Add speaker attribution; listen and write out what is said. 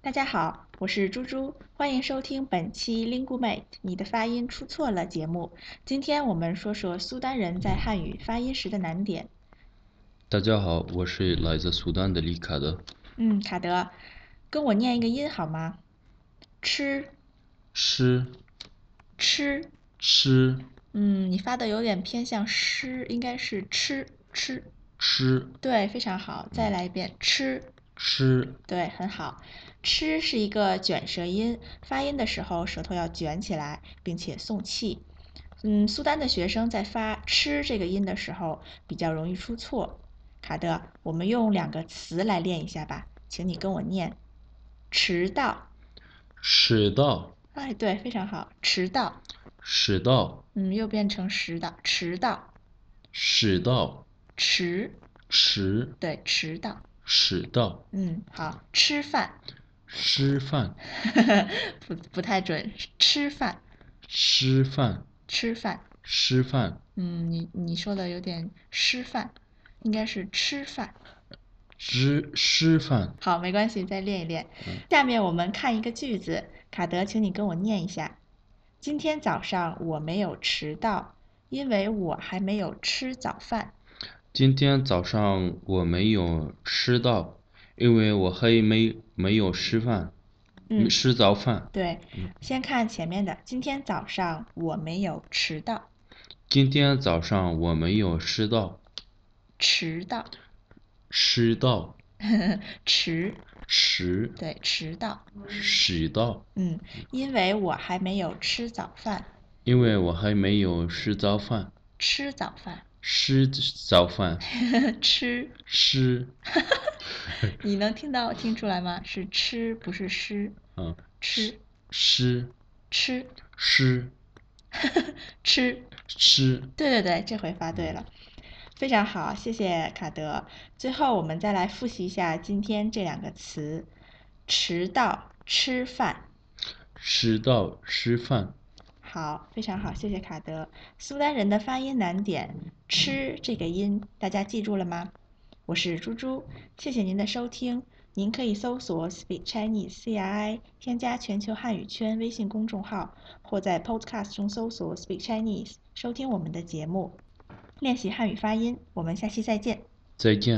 Speaker 1: 大家好，我是猪猪，欢迎收听本期 LinguMate 你的发音出错了节目。今天我们说说苏丹人在汉语发音时的难点。
Speaker 2: 大家好，我是来自苏丹的李卡德。
Speaker 1: 嗯，卡德，跟我念一个音好吗？吃
Speaker 2: 吃
Speaker 1: 吃，
Speaker 2: 吃
Speaker 1: 嗯，你发的有点偏向诗，应该是吃吃。
Speaker 2: 吃
Speaker 1: 对，非常好，再来一遍吃。
Speaker 2: 吃
Speaker 1: 对，很好。吃是一个卷舌音，发音的时候舌头要卷起来，并且送气。嗯，苏丹的学生在发“吃”这个音的时候比较容易出错。卡德，我们用两个词来练一下吧，请你跟我念：迟到。
Speaker 2: 迟到
Speaker 1: 哎，对，非常好，迟到。
Speaker 2: 迟到
Speaker 1: 嗯，又变成迟到，迟到，
Speaker 2: 迟到
Speaker 1: 迟，
Speaker 2: 迟
Speaker 1: 对，迟到。
Speaker 2: 迟到
Speaker 1: 嗯，好，吃饭，
Speaker 2: 吃饭
Speaker 1: 不不太准，吃饭，
Speaker 2: 吃饭
Speaker 1: 吃饭。
Speaker 2: 吃饭
Speaker 1: 嗯，你你说的有点吃饭，应该是吃饭。
Speaker 2: 吃吃饭
Speaker 1: 好，没关系，再练一练
Speaker 2: 嗯。
Speaker 1: 下面我们看一个句子，卡德，请你跟我念一下。今天早上我没有迟到，因为我还没有吃早饭。
Speaker 2: 今天早上我没有吃到，因为我还没没有吃饭，
Speaker 1: 嗯
Speaker 2: 没，吃早饭。
Speaker 1: 对
Speaker 2: 嗯，
Speaker 1: 先看前面的。今天早上我没有迟到，
Speaker 2: 今天早上我没有吃到，
Speaker 1: 迟到，
Speaker 2: 吃到
Speaker 1: 迟，
Speaker 2: 迟
Speaker 1: 对，迟到。
Speaker 2: 迟到。
Speaker 1: 嗯，因为我还没有吃早饭，
Speaker 2: 因为我还没有吃早饭，
Speaker 1: 吃早饭，
Speaker 2: 吃早饭，
Speaker 1: 吃。
Speaker 2: 吃，
Speaker 1: 你能听到听出来吗？是吃，不是诗。
Speaker 2: 嗯，
Speaker 1: 吃
Speaker 2: 吃，
Speaker 1: 吃
Speaker 2: 吃，
Speaker 1: 吃，
Speaker 2: 吃，
Speaker 1: 对对对，这回发对了，非常好，谢谢卡德。最后我们再来复习一下今天这两个词：迟到、吃饭。
Speaker 2: 迟到，吃饭，
Speaker 1: 好，非常好，谢谢卡德。苏丹人的发音难点“吃”这个音，大家记住了吗？我是猪猪，谢谢您的收听。您可以搜索 Speak Chinese CRI，添加全球汉语圈微信公众号，或在 Podcast 中搜索 Speak Chinese 收听我们的节目，练习汉语发音。我们下期再见。
Speaker 2: 再见。